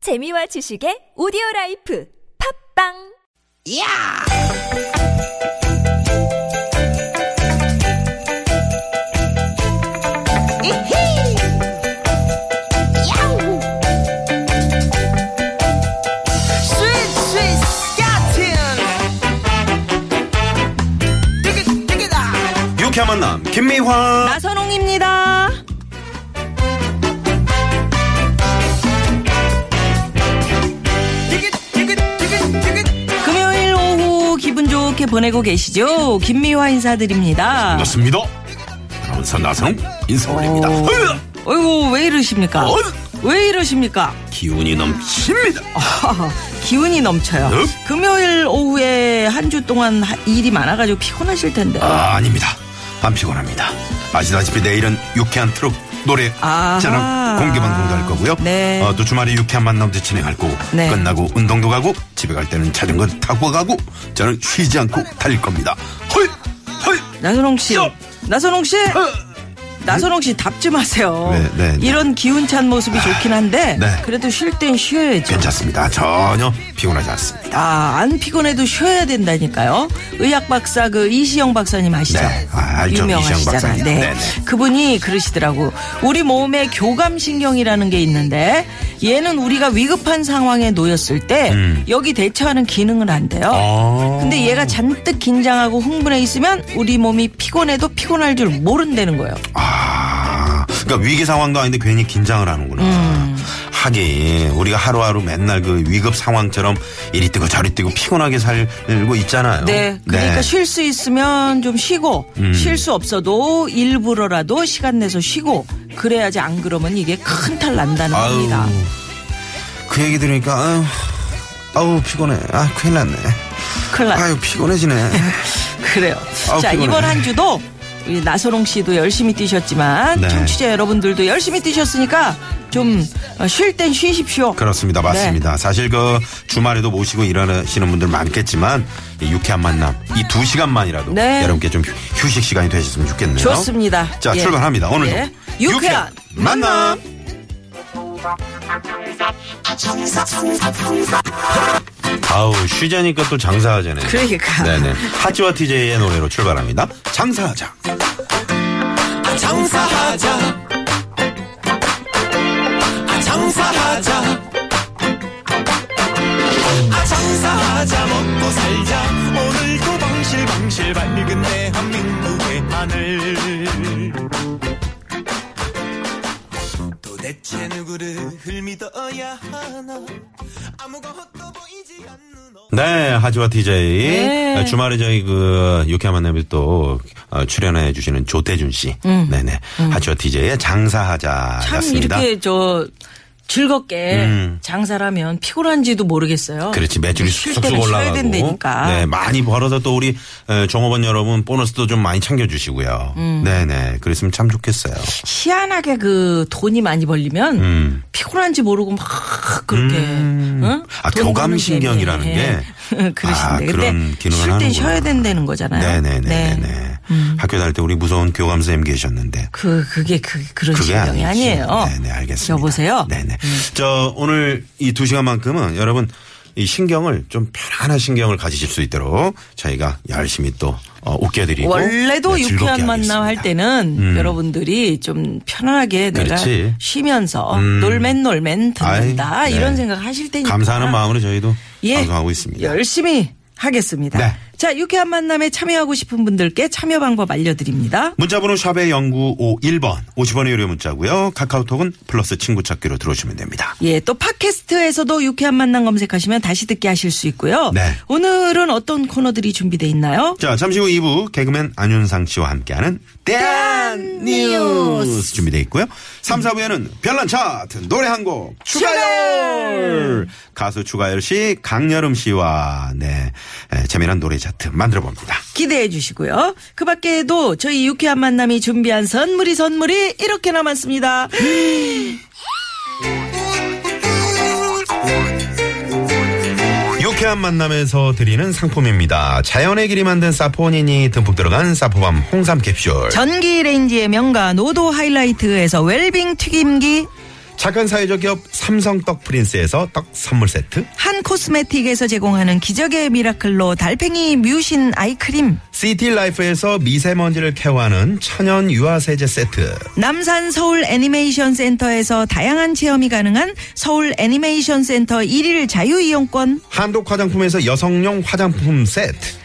재미와 지식의 오디오 라이프 팝빵 야! 이히! 야우! 스윗 스윗 스카틴! 띠깃 띠깃아! 유쾌한 만남 김미화 나선홍입니다. 띠깃 띠깃 띠깃 띠깃! 금요일 오후 기분 좋게 보내고 계시죠? 김미화 인사드립니다. 반갑습니다 아나운서 나선홍 인사 올립니다 오. 으아! 어이구 왜 이러십니까? 어? 왜 이러십니까? 어, 기운이 넘칩니다 네? 기운이 넘쳐요. 응? 금요일 오후에 한 주 동안 하- 일이 많아가지고 피곤하실 텐데. 아, 닙니다안 피곤합니다 아시다시피 내일은 유쾌한 트롯 노래 아하. 자랑 공개 방송도 할 거고요 네. 어, 또 주말에 유쾌한 만남도 진행할 거고 네. 끝나고 운동도 가고 집에 갈 때는 자전거 타고 가고 저는 쉬지 않고 달릴 겁니다 헐! 헐! 나선홍 씨, 요! 나선홍 씨, 어! 나선홍 씨 답 좀 하세요. 네, 네, 네. 이런 기운찬 모습이 좋긴 한데 네. 그래도 쉴 땐 쉬어야죠. 괜찮습니다 전혀 피곤하지 않습니다 아, 안 피곤해도 쉬어야 된다니까요. 의학 박사 그 이시영 박사님 아시죠? 네, 아, 알죠. 이시영 박사님. 네. 네네. 그분이 그러시더라고. 우리 몸에 교감 신경이라는 게 있는데 얘는 우리가 위급한 상황에 놓였을 때 음. 여기 대처하는 기능을 한대요. 아. 근데 얘가 잔뜩 긴장하고 흥분해 있으면 우리 몸이 피곤해도 피곤할 줄 모른다는 거예요. 아, 그러니까 위기 상황도 아닌데 괜히 긴장을 하는구나. 음. 하긴 우리가 하루하루 맨날 그 위급 상황처럼 이리 뛰고 저리 뛰고 피곤하게 살고 있잖아요. 네. 그러니까 쉴 수 있으면 좀 쉬고, 음. 쉴 수 없어도 일부러라도 시간 내서 쉬고, 그래야지 안 그러면 이게 큰 탈 난다는 아유, 겁니다. 그 얘기 들으니까 아유, 아유 피곤해. 아 큰일 났네. 큰일 났 아유 피곤해지네. 그래요. 아우, 자, 피곤해. 이번 한 주도 우리 나선홍 씨도 열심히 뛰셨지만, 네. 청취자 여러분들도 열심히 뛰셨으니까, 좀 쉴 땐 쉬십시오. 네. 그렇습니다. 맞습니다. 사실 그 주말에도 모시고 일하시는 분들 많겠지만 이 유쾌한 만남 이 두 시간만이라도 네. 여러분께 좀 휴- 휴식 시간이 되셨으면 좋겠네요. 좋습니다. 자 예. 출발합니다. 오늘도 예. 유쾌한 만남. 아우 쉬자니까 또 장사하잖아요. 그러니까. 네네. 하지와 TJ의 노래로 출발합니다. 장사하자. 아, 장사하자. 아, 장사하자. 아, 장사하자. 먹고 살자. 오늘도 방실방실 밝은 대한민국의 하늘. 도대체 누구를 믿어야 하나. 아무것도 보이지 않는 어- 네, 하지와 TJ. 네. 어, 주말에 저희 그 유쾌한 만남에 또 어, 출연해 주시는 조태준 씨. 네네. 하지와 TJ의 음. 참 장사하자였습니다. 이렇게 저 즐겁게 음. 장사를 하면 피곤한지도 모르겠어요. 그렇지 매출이 쉴 쑥쑥 때는 쉬어야 올라가고 된다니까. 네 많이 벌어서 또 우리 에, 종업원 여러분 보너스도 좀 많이 챙겨주시고요. 음. 네네 그랬으면 참 좋겠어요. 희한하게 그 돈이 많이 벌리면 음. 피곤한지 모르고 막 그렇게 응? 아, 돈 교감 버는 신경이라는 재미에. 게. 아, 그러신데 그런 근데 기능을 쉴 땐 하는구나. 쉬어야 된다는 거잖아요. 네네네네. 음. 학교 다닐 때 우리 무서운 교감 선생님 계셨는데 그 그게 그 그런 그게 신경이 아니지. 아니에요. 네네 알겠습니다. 여보세요. 음. 네네. 저 오늘 이 두 시간만큼은 여러분 이 신경을 좀 편안한 신경을 가지실 수 있도록 저희가 열심히 또 어, 웃겨드리고 원래도 네, 즐겁게 유쾌한 만남 할 하겠습니다. 때는 음. 여러분들이 좀 편안하게 내가 그렇지. 쉬면서 음. 놀맨 놀맨 듣는다 아이, 네. 이런 생각 하실 테니까 감사하는 마음으로 저희도 그러니까. 예. 방송하고 있습니다. 열심히 하겠습니다. 네. 자, 유쾌한 만남에 참여하고 싶은 분들께 참여 방법 알려드립니다. 문자번호 샵의 0951번 50원의 유료 문자고요. 카카오톡은 플러스 친구 찾기로 들어오시면 됩니다. 예, 또 팟캐스트에서도 유쾌한 만남 검색하시면 다시 듣게 하실 수 있고요. 네. 오늘은 어떤 코너들이 준비돼 있나요? 자 잠시 후 2부 개그맨 안윤상 씨와 함께하는 대한 뉴스 준비되어 있고요. 3, 4부에는 별난 차트 노래 한 곡 추가열 가수 추가열 씨 강여름 씨와 네 에, 재미난 노래 차트 만들어 봅니다. 기대해 주시고요. 그 밖에도 저희 유쾌한 만남이 준비한 선물이 선물이 이렇게 남았습니다. 유쾌한 만남에서 드리는 상품입니다. 자연의 길이 만든 사포닌이 듬뿍 들어간 사포밤 홍삼 캡슐. 전기 레인지의 명가 노도 하이라이트에서 웰빙 튀김기 착한 사회적 기업 삼성 떡 프린스에서 떡 선물 세트. 한 코스메틱에서 제공하는 기적의 미라클로 달팽이 뮤신 아이크림 시티 라이프에서 미세먼지를 케어하는 천연 유화 세제 세트. 남산 서울 애니메이션 센터에서 다양한 체험이 가능한 서울 애니메이션 센터 1일 자유이용권 한독 화장품에서 여성용 화장품 세트.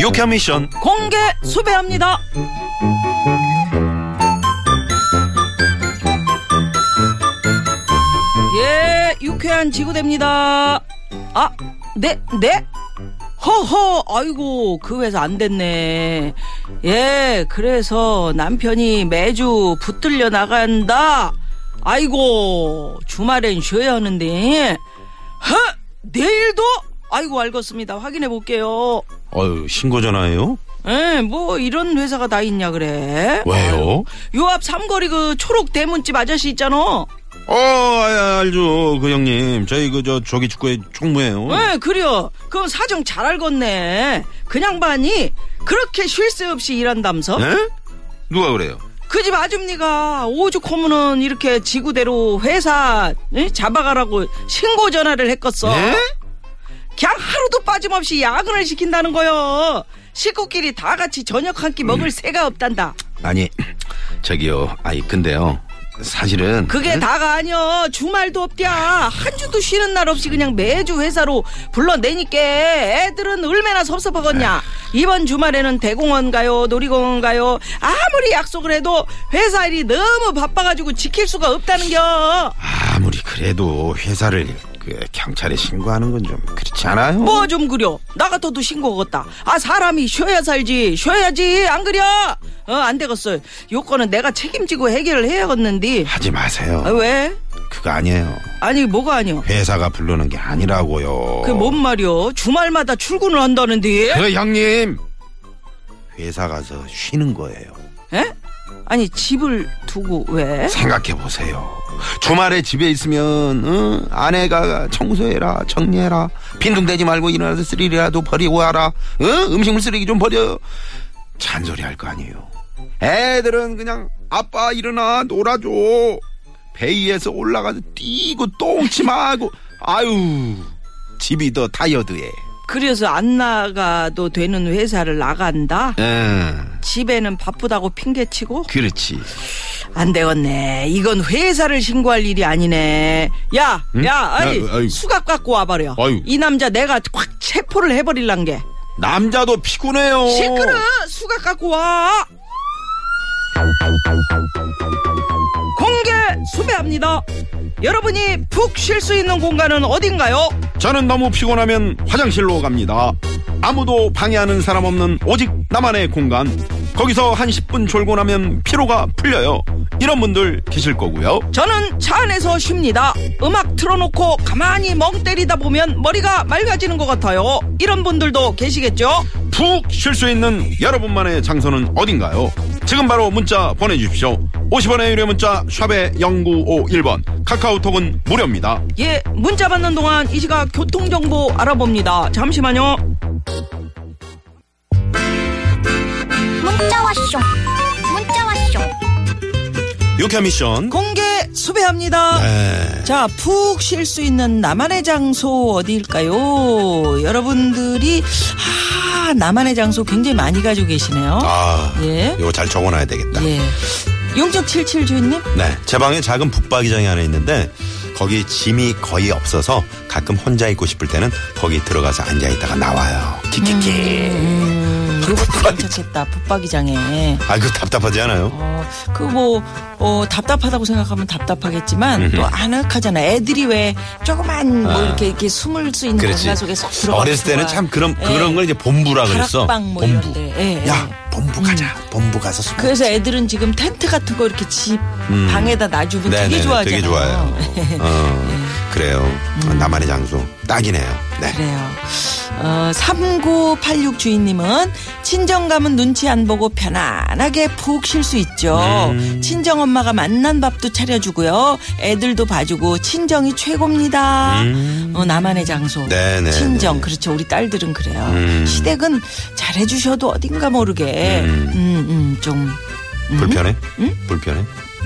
유쾌한 미션 공개 수배합니다. 예, 유쾌한 지구대입니다. 아, 네, 네? 허허, 아이고, 그 회사 안 됐네. 예, 그래서 남편이 매주 붙들려 나간다. 아이고, 주말엔 쉬어야 하는데. 허! 내일도? 아이고, 알겠습니다. 확인해 볼게요. 어유 신고 전화예요? 에, 뭐 이런 회사가 다 있냐 그래. 왜요? 요 앞 삼거리 그 초록 대문집 아저씨 있잖아. 어 아, 알죠 그 형님 저희 그 저 조기 축구의 총무예요. 에, 그려. 그럼 사정 잘 알겠네. 그냥 반이 그렇게 쉴 새 없이 일한다면서? 예? 누가 그래요? 그 집 아줌니가 오죽하면은 이렇게 지구대로 회사 에? 잡아가라고 신고 전화를 했겠어. 예? 그냥 하루도 빠짐없이 야근을 시킨다는 거요. 식구끼리 다 같이 저녁 한 끼 음. 먹을 새가 없단다. 아니 저기요 아이 근데요 사실은 그게 다가 아니여 주말도 없디야 한 주도 쉬는 날 없이 그냥 매주 회사로 불러내니까 애들은 얼마나 섭섭하겠냐 이번 주말에는 대공원 가요 놀이공원 가요 아무리 약속을 해도 회사 일이 너무 바빠가지고 지킬 수가 없다는겨 아무리 그래도 회사를 그 경찰에 신고하는 건 좀 그렇지 않아요? 뭐 좀 그려 나 같아도 신고겠다 아 사람이 쉬어야 살지 쉬어야지 안 그려 어 안 되겠어 요거는 내가 책임지고 해결을 해야겠는데 하지 마세요. 아, 왜 그거 아니에요. 아니 뭐가 아니여 회사가 부르는 게 아니라고요. 그게 뭔 말이여? 주말마다 출근을 한다는데? 그 형님 회사 가서 쉬는 거예요. 에? 아니 집을 두고 왜? 생각해 보세요. 주말에 집에 있으면 응? 아내가 청소해라 정리해라 빈둥대지 말고 일어나서 쓰레기라도 버리고 와라 응? 음식물 쓰레기 좀 버려 잔소리 할 거 아니에요. 애들은 그냥 아빠 일어나 놀아줘 배 위에서 올라가서 뛰고 똥침하고 아유 집이 더 다이어드해. 그래서 안 나가도 되는 회사를 나간다? 응 집에는 바쁘다고 핑계치고? 그렇지. 안 되겠네. 이건 회사를 신고할 일이 아니네. 야, 야, 아니, 야, 아이고. 수갑 갖고 와버려. 아이고. 이 남자 내가 확 체포를 해버릴란 게. 남자도 피곤해요. 시끄러! 수갑 갖고 와! 공개 수배합니다. 여러분이 푹 쉴 수 있는 공간은 어딘가요? 저는 너무 피곤하면 화장실로 갑니다. 아무도 방해하는 사람 없는 오직 나만의 공간. 거기서 한 10분 졸곤하면 피로가 풀려요. 이런 분들 계실 거고요. 저는 차 안에서 쉽니다. 음악 틀어놓고 가만히 멍 때리다 보면 머리가 맑아지는 것 같아요. 이런 분들도 계시겠죠? 푹 쉴 수 있는 여러분만의 장소는 어딘가요? 지금 바로 문자 보내주십시오. 50원의 유료 문자 샵의 0951번 카카오톡은 무료입니다. 예, 문자 받는 동안 이 시각 교통정보 알아봅니다. 잠시만요. 문자 왔쇼 문자 왔쇼 유쾌 미션 공개 수배합니다. 네. 자, 푹 쉴 수 있는 나만의 장소 어디일까요? 여러분들이 아, 나만의 장소 굉장히 많이 가지고 계시네요. 아 예. 이거 잘 적어놔야 되겠다. 예. 용적 77 주인님? 네, 제 방에 작은 북박이장이 하나 있는데 거기 짐이 거의 없어서 가끔 혼자 있고 싶을 때는 거기 들어가서 앉아 있다가 나와요. 키키키. 음, 요것도 괜찮겠다. 붙박이장에. 아, 그 답답하지 않아요? 어, 그 뭐, 어, 답답하다고 생각하면 답답하겠지만 음흠. 또 아늑하잖아. 애들이 왜 조그만 뭐 아. 이렇게, 이렇게 숨을 수 있는 공간 속에 쏙 들어가. 예. 어렸을 때는 참 그런 그런 걸 이제 본부라 그랬어. 다락방 뭐 이런 데. 예, 예. 야, 본부 가자. 본부 가서 술 그래서 애들은 지금 텐트 같은 거 이렇게 집 방에다 놔주고 음. 네네네, 되게 좋아하잖아요. 음. 되게 좋아요. 어, 그래요. 어, 나만의 장소. 딱이네요. 네. 그래요. 어, 3986 주인님은 친정감은 눈치 안 보고 편안하게 푹 쉴 수 있죠. 네. 친정엄마가 만난 밥도 차려주고요. 애들도 봐주고 친정이 최고입니다. 어, 나만의 장소. 음. 네네네. 음. 친정. 그렇죠. 우리 딸들은 그래요. 시댁은 잘해주셔도 어딘가 모르게 음, 음, 좀 불편해? 음? 불편해?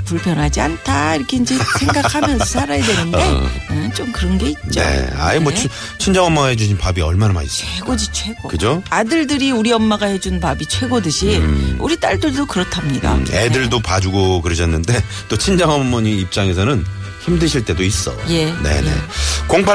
불편하지 않다 이렇게 이제 생각하면서 살아야 되는데 음, 좀 그런 게 있죠. 어. 네. 아예 뭐 네. 치- 친정엄마가 해주신 밥이 얼마나 맛있어. 최고지 최고. 그죠? 아들들이 우리 엄마가 해준 밥이 최고듯이 우리 딸들도 그렇답니다. 음. 애들도 봐주고 그러셨는데 또 친정어머니 입장에서는 힘드실 때도 있어. 예. 네네.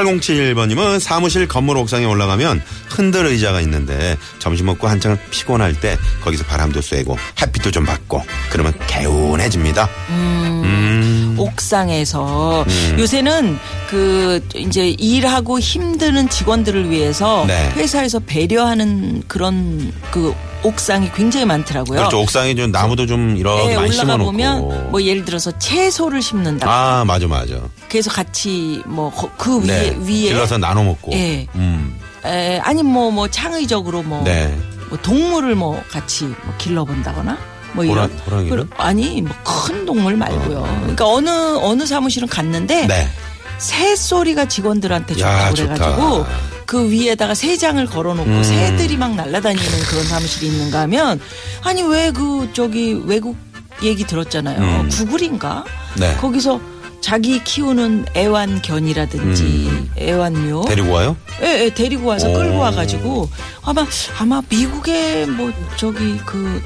08071번님은 사무실 건물 옥상에 올라가면 흔들 의자가 있는데 점심 먹고 한창 피곤할 때 거기서 바람도 쐬고 햇빛도 좀 받고 그러면 개운해집니다. 음. 옥상에서 요새는 그 이제 일하고 힘드는 직원들을 위해서 네. 회사에서 배려하는 그런 그 옥상이 굉장히 많더라고요. 그렇죠. 옥상에 좀 나무도 좀 이렇게 예, 많이 올라가 심어놓고. 보면 뭐 예를 들어서 채소를 심는다. 아 맞아 맞아. 그래서 같이 뭐 그 위에 네. 위에 길러서 나눠 먹고. 예. 음. 에, 아니 뭐 뭐 창의적으로 뭐, 네. 뭐 동물을 뭐 같이 뭐 길러본다거나 뭐 이런 호랑- 호랑이를? 그런- 아니 뭐 큰 동물 말고요. 그러니까 어느 어느 사무실은 갔는데 네. 새 소리가 직원들한테 야, 좋다고 그래가지고 좋다. 음. 그 위에다가 새장을 걸어놓고 새들이 막 날아다니는 그런 사무실이 있는가 하면 아니 왜 그 저기 외국 얘기 들었잖아요. 음. 구글인가? 네. 거기서 자기 키우는 애완견이라든지 애완묘 음. 데리고 와요? 예, 예, 데리고 와서 오. 끌고 와가지고 아마 아마 미국의 뭐 저기 그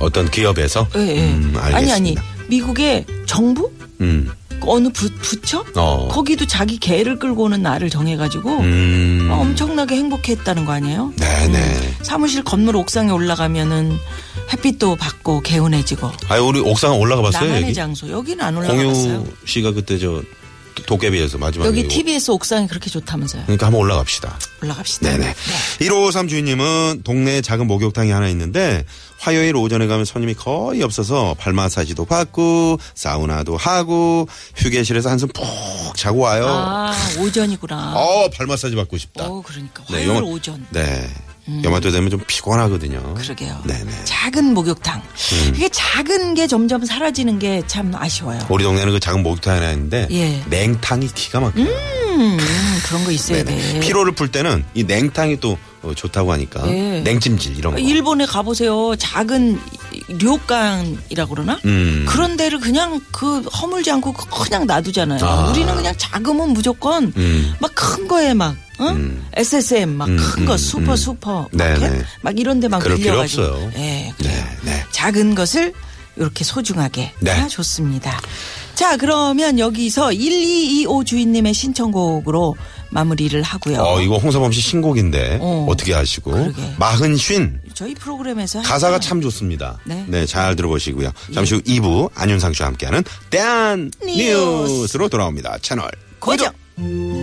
어떤 기업에서? 예, 예. 음, 알겠습니다. 아니 아니 미국의 정부 음. 어느 부, 부처 어. 거기도 자기 개를 끌고 오는 날을 정해가지고 음. 어, 엄청나게 행복했다는 거 아니에요? 네네. 사무실 건물 옥상에 올라가면은 햇빛도 받고 개운해지고 아유 우리 옥상 올라가 봤어요 나만의 여기. 장소 여기는 안 올라갔어요. 공유 씨가 그때 저 도깨비에서 마지막에 여기 이거- TBS 옥상이 그렇게 좋다면서요? 그러니까 한번 올라갑시다. 올라갑시다. 네네. 1553 주인님은 동네에 작은 목욕탕이 하나 있는데 화요일 오전에 가면 손님이 거의 없어서 발 마사지도 받고 사우나도 하고 휴게실에서 한숨 푹 자고 와요. 아 오전이구나. 어, 발 마사지 받고 싶다. 어, 그러니까 네, 화요일 영화- 오전. 음. 네. 연말도 되면 좀 피곤하거든요. 그러게요. 네네. 음. 작은 목욕탕. 이게 작은 게 점점 사라지는 게 참 아쉬워요. 우리 동네는 그 작은 목욕탕 하나 있는데 예. 냉탕이 기가 막혀요. 음, 그런 거 있어야 돼. 피로를 풀 때는 이 냉탕이 또 어, 좋다고 하니까 예. 냉찜질 이런 거. 일본에 가보세요. 작은 료강이라고 그러나? 음. 그런 데를 그냥 그 허물지 않고 그냥 놔두잖아요. 아. 우리는 그냥 작으면 무조건 음. 막 큰 거에 막 어? SSM 막 큰 음, 거 음, 슈퍼 음. 슈퍼 네네. 마켓 막 이런 데만 그럴 필요 빌려가지고 없어요. 예, 그래요. 네, 네. 작은 것을 이렇게 소중하게 네. 아, 좋습니다. 자 그러면 여기서 1225 주인님의 신청곡으로 마무리를 하고요. 어, 이거 홍서범 씨 신곡인데 어. 어, 떻게 아시고 그러게. 마흔 쉰 저희 프로그램에서 가사가 하잖아요. 참 좋습니다. 네, 네. 예. 잘 들어보시고요. 잠시 후 2부 안윤상 씨와 함께하는 대한 뉴스. 뉴스로 돌아옵니다. 채널 고정. 고정.